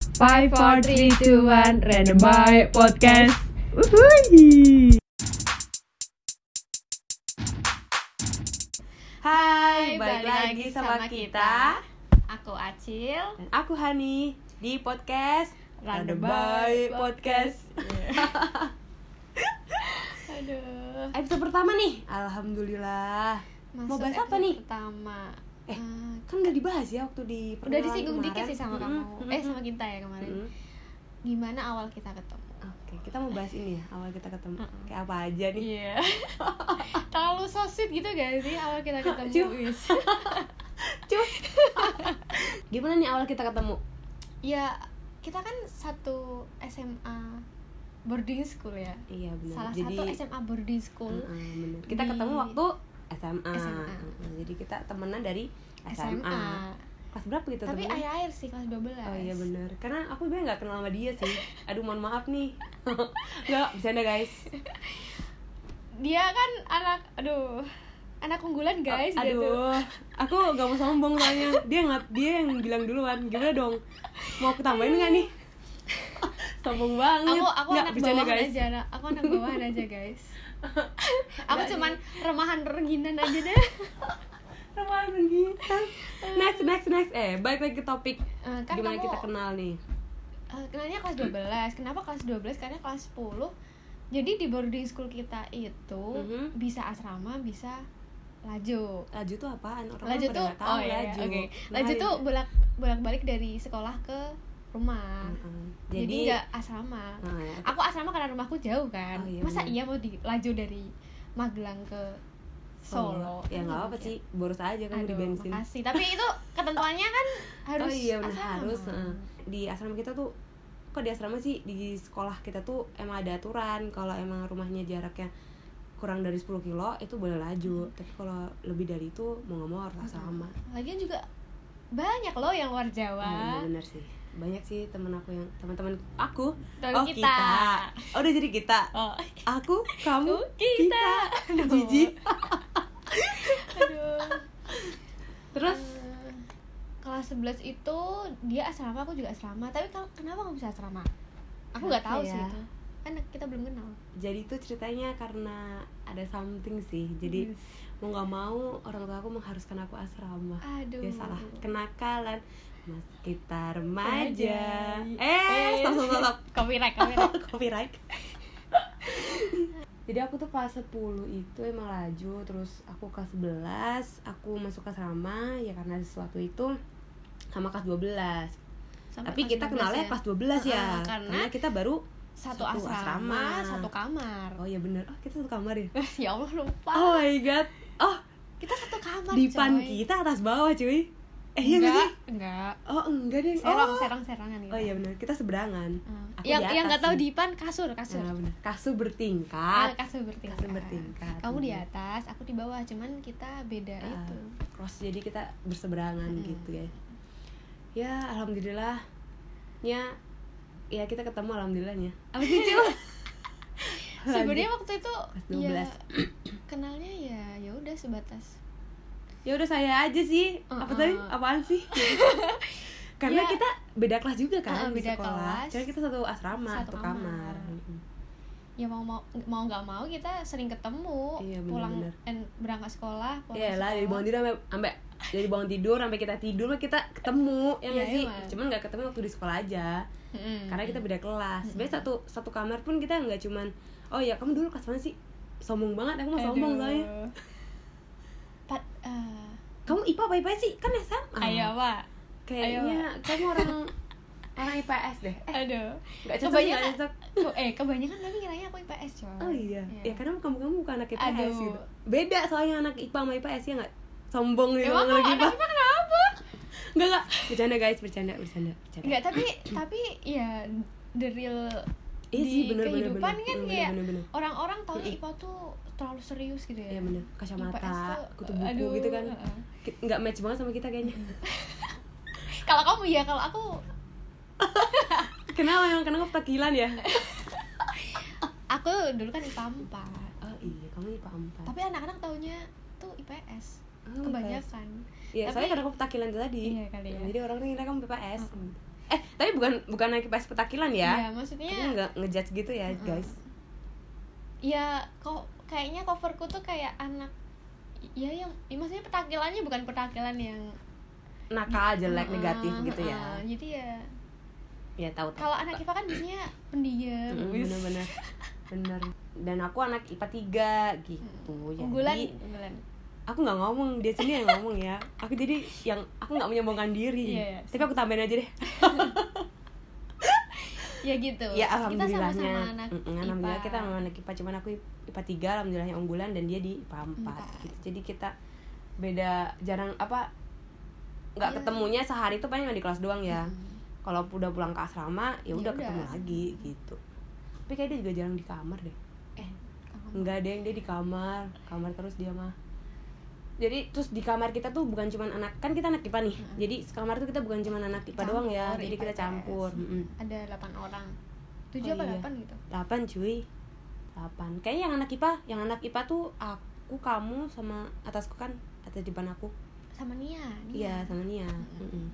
5, 4, 3, 2, 1 Random by Podcast Wuhui. Hai, Hai, balik lagi sama kita Aku Acil. Dan aku Hani di podcast Random by Podcast Aduh. Episode pertama nih Alhamdulillah Mau Masuk bahas apa episode nih? Pertama. Eh, Eh, Kan gak dibahas ya waktu di udah perkenalan disinggung kemarin. dikit sih sama Mm-mm, kamu. Eh, mm-mm. sama kita ya kemarin. Mm-mm. Gimana awal kita ketemu? Oke, kita mau bahas ini ya Awal kita ketemu Kayak apa aja nih Iya. Terlalu so sweet gitu gak sih awal kita ketemu? Cuk. Wis. Cuk. Gimana nih awal kita ketemu? ya, kita kan satu SMA boarding school ya. Iya benar. Salah Jadi, satu SMA boarding school. Mm-mm, bener. Kita di- ketemu waktu SMA. SMA. Mm-mm, Jadi kita temenan dari SMA. SMA. Kelas berapa gitu Tapi temenan? air-air sih kelas 12. Oh iya benar. Karena aku sebenarnya nggak kenal sama dia sih. Aduh mohon maaf nih. nggak bisa guys. dia kan anak aduh anak unggulan guys gitu. dia tuh. Aduh. Aku nggak mau sombong soalnya. Dia nggak dia yang bilang duluan. Gimana dong? Mau aku tambahin nggak nih? sombong banget. aku aku Nggak, anak bercanda, bawahan aja anak- aku anak bawahan aja guys aku Nggak, cuman remahan renginan aja deh Remahan gitu. Next next next eh balik lagi ke topik. Eh, kan Gimana kamu kita kenal nih? eh, kenalnya kelas 12 kenapa kelas 12 karena kelas 10 jadi di boarding school kita itu Mhm. bisa asrama bisa laju Laju tuh apaan? Orang laju pada tuh nggak tahu oh iya, laju. oke. Nah, laju tuh bolak bolak balik dari sekolah ke rumah Mm-mm. jadi Jadi, nggak asrama Nah, ya. aku asrama karena rumahku jauh Oh, kan iya, masa benar. iya mau dilaju dari Magelang ke Solo ya nggak apa sih, boros aja kamu Iya. di Aduh, bensin. makasih. Tapi itu ketentuannya kan harus oh iya benar asrama. harus. heeh. Di asrama kita tuh kok di asrama sih di sekolah kita tuh emang ada aturan kalau emang rumahnya jaraknya kurang dari 10 kilo itu boleh Hmm. laju tapi kalau lebih dari itu mau nggak mau harus asrama Oh, Lagian juga banyak loh yang luar Jawa. benar iya, sih banyak sih temen aku yang teman-teman aku Temen oh kita. oh udah jadi kita Oh, aku kamu Aku, kita. Aduh. jijik aduh. terus Eh, kelas 11 itu dia asrama, aku juga asrama. Tapi kalau kenapa kamu bisa asrama? Aku nggak Kenapa tahu sih ya? itu. Kan kita belum kenal. jadi itu ceritanya karena ada something sih jadi Yes. mau nggak mau orang tua aku mengharuskan aku asrama Aduh. ya salah kenakalan mas kita remaja Remaja. eh stop stop stop, stop Copyright, copyright. copyright jadi aku tuh kelas 10 itu emang laju terus aku kelas 11 aku masuk ke asrama ya karena sesuatu itu sama kelas 12 Sampai tapi kelas kita 12 kenalnya ya. kelas 12 ya Heeh, karena, karena kita baru satu, Satu asrama, asrama. satu kamar. oh ya bener oh kita satu kamar ya ya Allah lupa. oh my god oh Kita satu kamar. dipan coy. kita atas bawah cuy eh iya nggak Enggak, sih enggak. oh enggak deh Serong, oh. serong, serongan gitu. oh iya benar kita seberangan Hmm. Aku yang di yang atas nggak tahu nih. dipan kasur, kasur. Nah, bener. kasu Ah, bertingkat kasur bertingkat. kasur bertingkat, Kamu di bener. atas, aku di bawah. Cuman kita beda Ah, ya, itu. Hmm. cross jadi kita berseberangan Mm-mm. gitu ya ya alhamdulillah ya ya kita ketemu alhamdulillahnya apa sih Cil? Lanjut. Sebenarnya waktu itu Kelas ya 12. kenalnya ya ya udah sebatas. ya udah saya aja sih apa Uh-uh. tadi apaan sih karena Ya. kita beda kelas juga kan Uh-uh, di beda sekolah kelas. Cuman kita satu asrama satu, Satu kamar, Hmm. kamar. Ya mau mau mau nggak mau kita sering ketemu. Iya, bener, pulang bener. dan berangkat sekolah, pulang ya lah dari sekolah. bangun tidur sampai sampai dari bangun tidur sampai kita tidur mah kita ketemu ya nggak Iya, sih emang. cuman nggak ketemu waktu di sekolah aja Mm-mm. karena kita beda kelas Mm-mm. sebenarnya satu satu kamar pun kita nggak cuman oh ya kamu dulu kelas mana sih sombong banget aku mau sombong Aduh. soalnya Pat, eh, kamu ipa apa ipa sih kan sama ayo pak kayaknya kamu orang orang ips deh eh aduh nggak cocok Kebanyakan- nggak cocok Ko- eh kebanyakan tapi kiranya aku IPS coy oh iya Iya. ya karena kamu kamu bukan anak ips Aduh. gitu beda soalnya anak ipa sama ips ya nggak sombong gitu emang anak kalau anak IPA kenapa nggak nggak bercanda guys bercanda bercanda bercanda Enggak, tapi tapi ya the real Iya di sih, bener, bener, bener. kehidupan kan Bener, kayak bener, bener. orang-orang taunya IPA tuh terlalu serius gitu ya Iya bener, IPS kacamata, tuh, kutu buku aduh, gitu kan heeh. Ki- Nggak match banget sama kita kayaknya kalau kamu ya kalau aku Kenapa emang, karena aku petakilan ya? aku dulu kan IPA 4 Oh iya, kamu IPA 4 tapi anak-anak taunya tuh IPS Oh, IPS. kebanyakan Iya, Tapi- soalnya karena aku petakilan itu tadi. Iya kali ya. Jadi orang tuh ngira kamu PPS. Mm-mm. eh tapi bukan bukan naik kipas petakilan ya, ya maksudnya Aku nggak ngejudge gitu ya Mm-mm. guys ya kok kayaknya coverku tuh kayak anak ya yang ya, maksudnya petakilannya bukan petakilan yang nakal jelek Heeh, negatif gitu ya heeh. jadi ya ya tahu tahu kalau anak IPA kan biasanya pendiam Mm, wis. bener-bener bener dan aku anak IPA 3 gitu jadi unggulan unggulan aku nggak ngomong dia sendiri yang ngomong ya aku jadi yang aku nggak menyombongkan diri Iya, iya. tapi aku tambahin aja deh ya gitu ya kita alhamdulillahnya sama-sama anak Mm-mm, IPA alhamdulillah kita sama anak IPA cuman aku IPA 3 alhamdulillahnya unggulan dan dia di IPA 4, Empat. gitu jadi kita beda jarang apa nggak Iya. ketemunya sehari tuh paling di kelas doang ya Mm. kalau udah pulang ke asrama ya Ya udah udah. ketemu lagi gitu tapi kayak dia juga jarang di kamar deh eh Kangen. Enggak deh, dia di kamar, kamar terus dia mah. Jadi terus di kamar kita tuh bukan cuman anak, kan kita anak IPA nih. Mm-mm. Jadi sekamar tuh kita bukan cuman anak IPA doang ya. Campur, Jadi IPA kita IPS. campur. Mm-mm. ada 8 orang 7 Oh, apa iya. 8 gitu Delapan cuy. Delapan. Kayaknya yang anak IPA, yang anak IPA tuh aku, kamu sama atasku kan, atas depan aku. sama Nia Iya, sama Nia. Mm-mm. Mm-mm.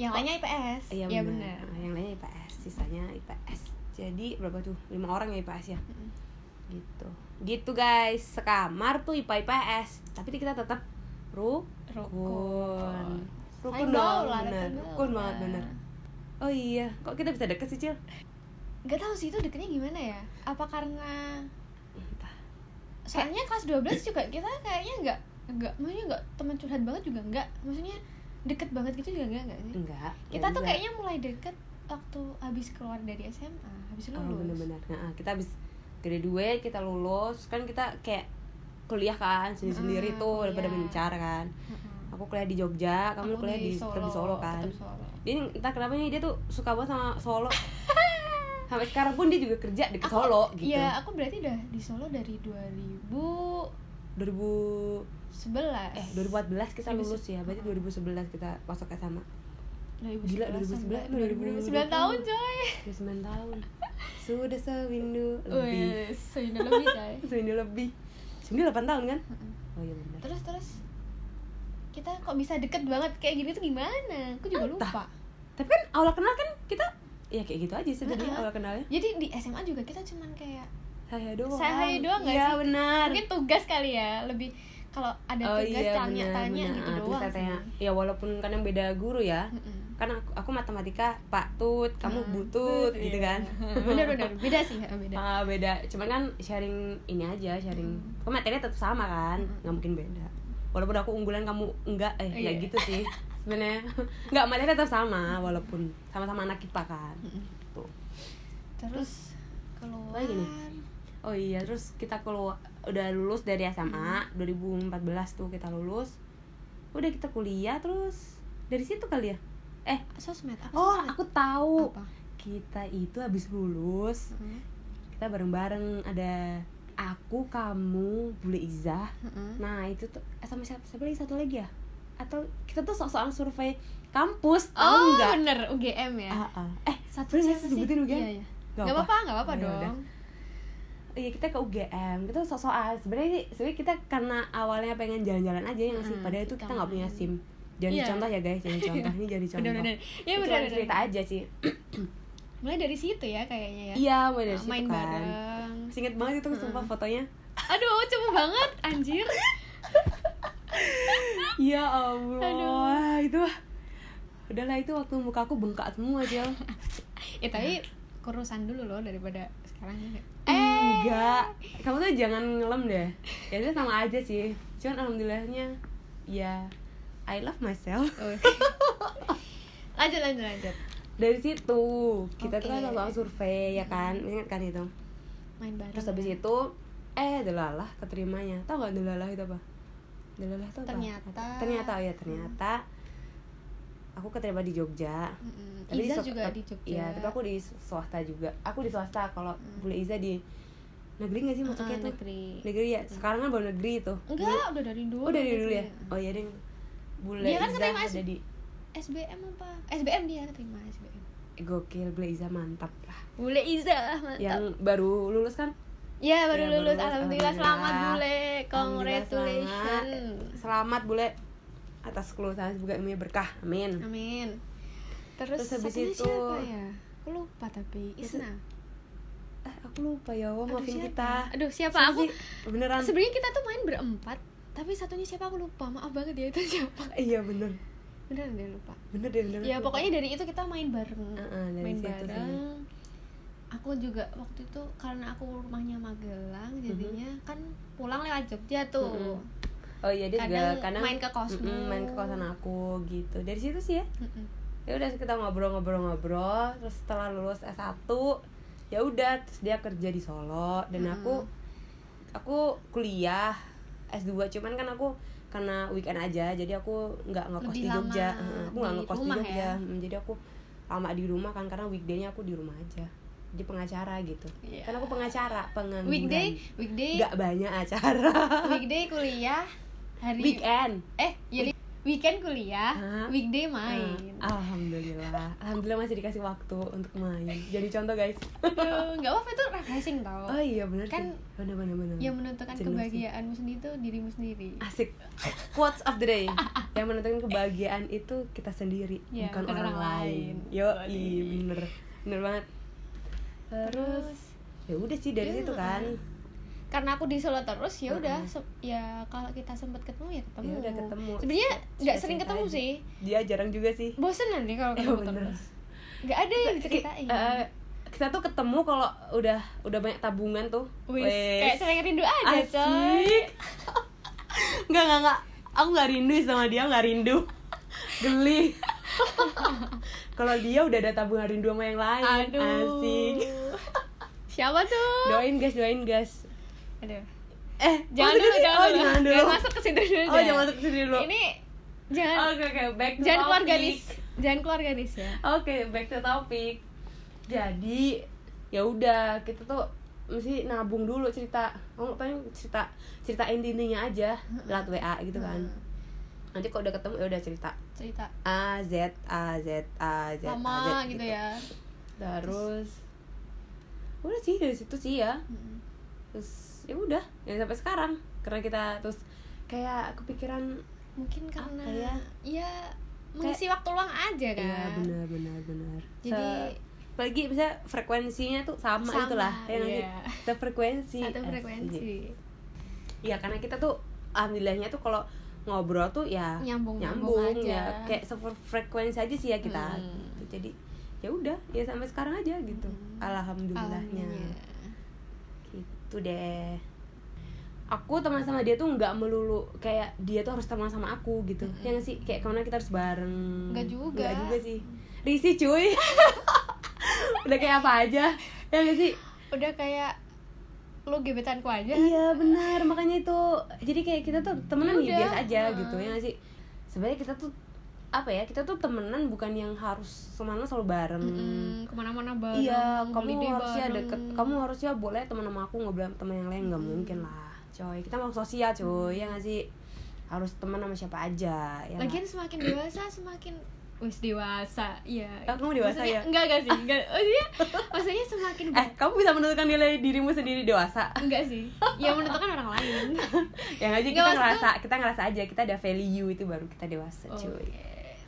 yang lainnya IPS Iya ya benar. benar Nah, Yang lainnya IPS, sisanya IPS. Jadi berapa tuh? Lima orang ya IPS ya. Mm-mm. gitu gitu guys sekamar tuh ipa ips tapi kita tetap rukun Rukun. rukun Sayang dong gaul lah, bener rukun gaul. rukun banget bener oh iya kok kita bisa deket sih cil nggak tahu sih itu deketnya gimana ya apa karena entah soalnya kelas 12 juga kita kayaknya nggak nggak maksudnya nggak teman curhat banget juga nggak maksudnya deket banget gitu juga nggak nggak sih enggak kita enggak tuh juga. kayaknya mulai deket waktu habis keluar dari SMA habis oh, lulus bener-bener Nah, kita habis graduate kita lulus kan kita kayak kuliah kan sendiri-sendiri Mm, tuh daripada kuliah. mencar kan Heeh. aku kuliah di Jogja kamu Aku kuliah di, tetap di Solo kan tetap Solo. dia ini- entah kenapa nih dia tuh suka banget sama Solo sampai sekarang pun dia juga kerja deket Aku- Solo gitu Iya, aku berarti udah di Solo dari 2011. 2000 eh 2014 kita 2011. lulus ya berarti 2011 kita masuk SMA 2011. Gila, 2011, 2009 tahun, coy. 9 tahun sudah sewindu lebih Wih, seindah lebih, coy. sewindu lebih sewindu 8 tahun kan Heeh. oh iya benar Terus terus kita kok bisa deket banget kayak gini tuh gimana? Aku juga Entah. lupa. tapi kan awal kenal kan kita ya kayak gitu aja sebenarnya Heeh. awal kenalnya Jadi di SMA juga kita cuman kayak saya doang Say hi doang nggak iya sih? benar mungkin tugas kali ya, lebih kalau ada oh tugas iya benar tanya-tanya benar. gitu Ah, terus saya doang. sih. Hmm. tanya ya walaupun kadang beda guru ya Heeh. kan aku, aku matematika pak tut kamu Nah, butut gitu iya. kan bener bener beda sih heeh, beda Ah, beda cuman kan sharing ini aja sharing Hmm. kok materinya tetap sama kan Hmm. nggak mungkin beda walaupun aku unggulan kamu enggak eh Oh, nggak iya. gitu sih sebenarnya nggak materinya tetap sama walaupun sama-sama anak kita kan Heeh. tuh terus keluar Lagi nih. oh iya terus kita keluar udah lulus dari Hmm. SMA 2014 tuh kita lulus udah kita kuliah terus dari situ kali ya eh sosmed apa oh sosmed? aku tahu Apa? kita itu habis lulus Heeh. kita bareng-bareng ada aku kamu bule Iza Heeh. nah itu tuh eh, sama siapa siapa lagi satu lagi ya atau kita tuh sok-sokan survei kampus tahu oh nggak bener UGM ya Ah, ah. eh satu boleh nggak siapa sih sebutin sih? UGM? Iya, iya. Nggak nggak apa-apa nggak apa-apa Ya dong udah. iya kita ke UGM kita sok-sokan sebenarnya sih- sebenarnya kita karena awalnya pengen jalan-jalan aja ya nggak sih Mm, padahal itu kita kita nggak punya main. sim jadi Iya. contoh ya guys jadi contoh ini jadi contoh bener bener ya Itu bener cuma bener. cerita aja sih mulai dari situ ya kayaknya ya iya mulai dari Nah, situ main kan bareng Singkat banget itu Mm. sumpah fotonya aduh cuma banget anjir Ya Allah, Aduh. itu mah. Udahlah itu waktu muka aku bengkak semua aja. ya tapi kurusan dulu loh daripada sekarang ya Enggak. Kamu tuh jangan ngelem deh. Ya itu sama aja sih. Cuman alhamdulillahnya ya I love myself. Oke. lanjut lanjut lanjut Dari situ kita tuh kan Oke. soal survei ya kan. Ingat kan itu. main bareng kan. Terus habis itu eh delalah keterimanya. Tahu gak delalah itu apa? Delalah itu apa? Ternyata. Ternyata oh ya ternyata aku keterima di Jogja. Mm-mm. Tapi swa- Iza juga tap- di Jogja Iya, tapi aku di swasta juga. Aku di swasta kalau Hmm. boleh Iza di negeri nggak sih masuknya Heeh, tuh? Ah, negeri. Negeri ya. Sekarang kan baru negeri tuh. enggak udah dari dulu Oh, dari dulu negeri. ya. Oh iya, Deng. Bule Dia kan Iza keterima ada S- di SBM apa SBM dia terima SBM Gokil, Bule Iza mantap lah. Bule Iza mantap Yang baru lulus kan? ya Ya, baru baru lulus lulus. alhamdulillah selamat Alhamdulillah. Eh, Bule Alhamdulillah, congratulations Selamat Bule atas kelulusan juga ilmunya berkah. Amin. amin terus, Terus habis satunya itu- siapa ya aku lupa tapi Isna Eh, aku lupa ya, Wo, Aduh, maafin siapa? kita. aduh siapa Siapa aku sih? beneran. sebenarnya kita tuh main berempat tapi satunya siapa aku lupa maaf banget ya itu siapa Iya bener, beneran deh lupa bener deh bener. ya Aku lupa. pokoknya dari itu kita main bareng Heeh, dari main situ sih. bareng aku juga waktu itu karena aku rumahnya Magelang jadinya Mm-hmm. kan pulang lewat Jogja tuh Mhm. Oh iya dia kadang juga kadang main ke Hmm. kosmu. Mm-mm, main ke kosan aku gitu. Dari situ sih ya. Mm-mm. Ya udah kita ngobrol-ngobrol-ngobrol terus setelah lulus S1 ya udah terus dia kerja di Solo dan Mm-mm. aku aku kuliah S2 cuman kan aku karena weekend aja jadi aku nggak ngekos Lebih di Jogja. lama Heeh, aku nggak di ngekos di rumah Jogja. ya. Mm, Jadi aku lama di rumah kan karena weekday-nya aku di rumah aja. Jadi pengacara gitu. Iya. Karena aku pengacara, pengangguran. weekday weekday nggak banyak acara. weekday kuliah hari Weekend. eh jadi weekend kuliah Hah? weekday main Ah, Alhamdulillah. Alhamdulillah masih dikasih waktu untuk main. Jadi contoh guys. Aduh, nggak apa-apa itu refreshing tau Oh iya benar Kan benar benar benar. yang menentukan Jenuh sih. kebahagiaanmu sendiri itu dirimu sendiri Asik. Quotes of the day. yang menentukan kebahagiaan itu kita sendiri, Iya, bukan, orang, lain. Yo, bener. Bener banget. Terus ya udah sih dari Iya, situ kan. karena aku di Solo terus ya udah se- ya kalau kita sempet ketemu ya Ah. ketemu Ya udah ketemu. sebenarnya nggak sering Cerita ketemu aja. sih Dia jarang juga sih. bosen nanti kalau Iya, ketemu bener. terus nggak ada yang diceritain Ki- eh, kita tuh ketemu kalau udah udah banyak tabungan tuh. Wis, Wes. kayak sering rindu aja coy Asik. Enggak, enggak, enggak. Aku enggak rindu sama dia, enggak rindu. Geli. Kalau dia udah ada tabungan rindu sama yang lain. aduh Asik. siapa tuh Doain guys, doain guys. aduh Eh, jangan maksudnya- dulu jangan oh, dulu jangan dulu. masuk ke situ dulu Oh, jangan masuk ke sini dulu. Oh, ini jangan Oke, oke, back to jangan keluar topic. garis jangan keluar garis ya Oke, back to topic. Jadi, ya udah, kita tuh mesti nabung dulu cerita. Kamu pengen cerita cerita intinya aja, lewat WA gitu kan. Hmm. Nanti kalau udah ketemu ya udah cerita. cerita A Z A Z A Z A, lama Z, gitu ya Terus udah sih dari situ sih ya. Mm-mm. Terus ya udah ya sampai sekarang karena kita terus kayak kepikiran mungkin karena Apa ya? ya? mengisi waktu luang aja kan ya benar benar benar. Jadi- Se- apalagi bisa frekuensinya tuh sama, Sama, itulah ya nggak sih? iya. Satu frekuensi. satu frekuensi Iya karena kita tuh alhamdulillahnya tuh kalau ngobrol tuh ya nyambung nyambung aja ya kayak sefrekuensi aja sih ya kita Hmm. gitu. jadi ya udah ya sampai sekarang aja gitu Hmm. alhamdulillahnya Alhamdulillah. gitu deh aku teman sama dia tuh nggak melulu kayak dia tuh harus teman sama aku gitu Mm-mm. ya nggak sih kayak kemana kita harus bareng Nggak juga. nggak juga sih risi cuy udah kayak apa aja ya nggak sih udah kayak lu gebetanku aja Iya benar makanya itu jadi kayak kita tuh temenan ya Yaudah, biasa aja nah. gitu ya nggak sih sebenarnya kita tuh apa ya kita tuh temenan bukan yang harus kemana selalu bareng Mm-mm, kemana-mana bareng iya kamu holiday harusnya bareng. deket kamu harusnya boleh teman sama aku ngobrol sama teman yang lain nggak Hmm. mungkin lah coy kita mau sosial coy ya nggak sih harus teman sama siapa aja ya lagian semakin dewasa semakin wis dewasa iya Ah, kamu dewasa Maksudnya- ya? enggak enggak sih enggak maksudnya maksudnya semakin nggak? eh kamu bisa menentukan nilai dirimu sendiri dewasa enggak sih ya menentukan orang lain ya nggak sih Nggak, kita maksud ngerasa kita ngerasa aja kita ada value itu baru kita dewasa Oke. cuy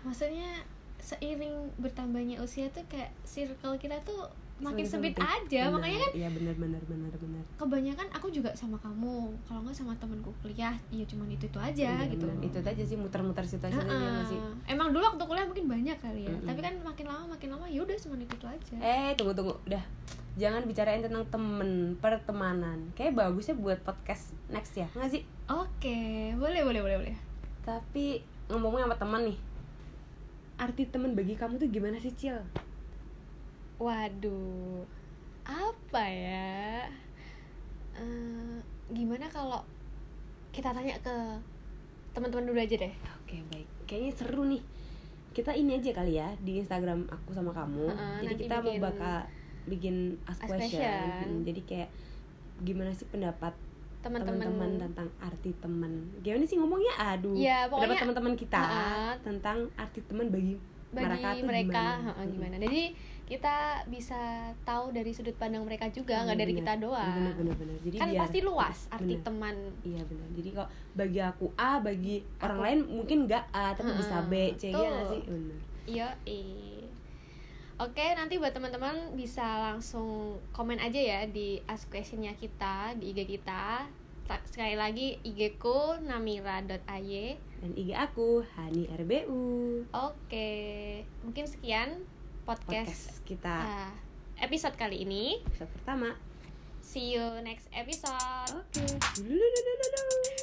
Maksudnya seiring bertambahnya usia tuh kayak circle kita tuh makin Semakin sempit aja. Benar, Makanya kan iya benar benar benar benar kebanyakan aku juga sama kamu. Kalau nggak sama temenku kuliah, ya cuman itu-itu aja gitu. Bener-bener. Iya, itu aja sih muter-muter situasi Heeh. situasinya nggak sih Emang dulu waktu kuliah mungkin banyak kali ya. Mm-mm. Tapi kan makin lama makin lama ya udah cuman itu-itu aja. eh tunggu tunggu udah jangan bicarain tentang temen pertemanan kayak bagusnya buat podcast next ya nggak sih Oke, boleh boleh boleh boleh. tapi ngomongnya sama teman nih arti teman bagi kamu tuh gimana sih cil Waduh, apa ya? Eh, gimana kalau kita tanya ke teman-teman dulu aja deh. oke baik kayaknya seru nih kita ini aja kali ya di Instagram aku sama kamu Heeh, jadi nanti kita mau bikin- bakal bikin ask Ask question, question. Hmm, jadi kayak gimana sih pendapat teman-teman Teman-teman tentang arti teman gimana sih ngomongnya aduh Iya, pendapat pokoknya- teman-teman kita Heeh. tentang arti teman bagi, mereka bagi tuh mereka gimana, Hmm. heeh, gimana. Jadi kita bisa tahu dari sudut pandang mereka juga, Hmm, nggak iya. dari kita doang. benar benar benar jadi Kan biar- pasti luas arti Bener. teman. iya benar jadi kalau bagi aku A bagi orang Aku- lain mungkin nggak A tapi bisa B Heeh, C ya nggak betul. sih benar Iya, eh. Oke, nanti buat teman-teman bisa langsung komen aja ya di ask questionnya kita di IG kita. Ta- Sekali lagi IG ku namira.ay. Dan IG aku Hani RBU. Oke, mungkin sekian podcast, Podcast kita ah, episode kali ini. episode pertama. See you next episode. Oke. Dulu, dulu, dulu, dulu.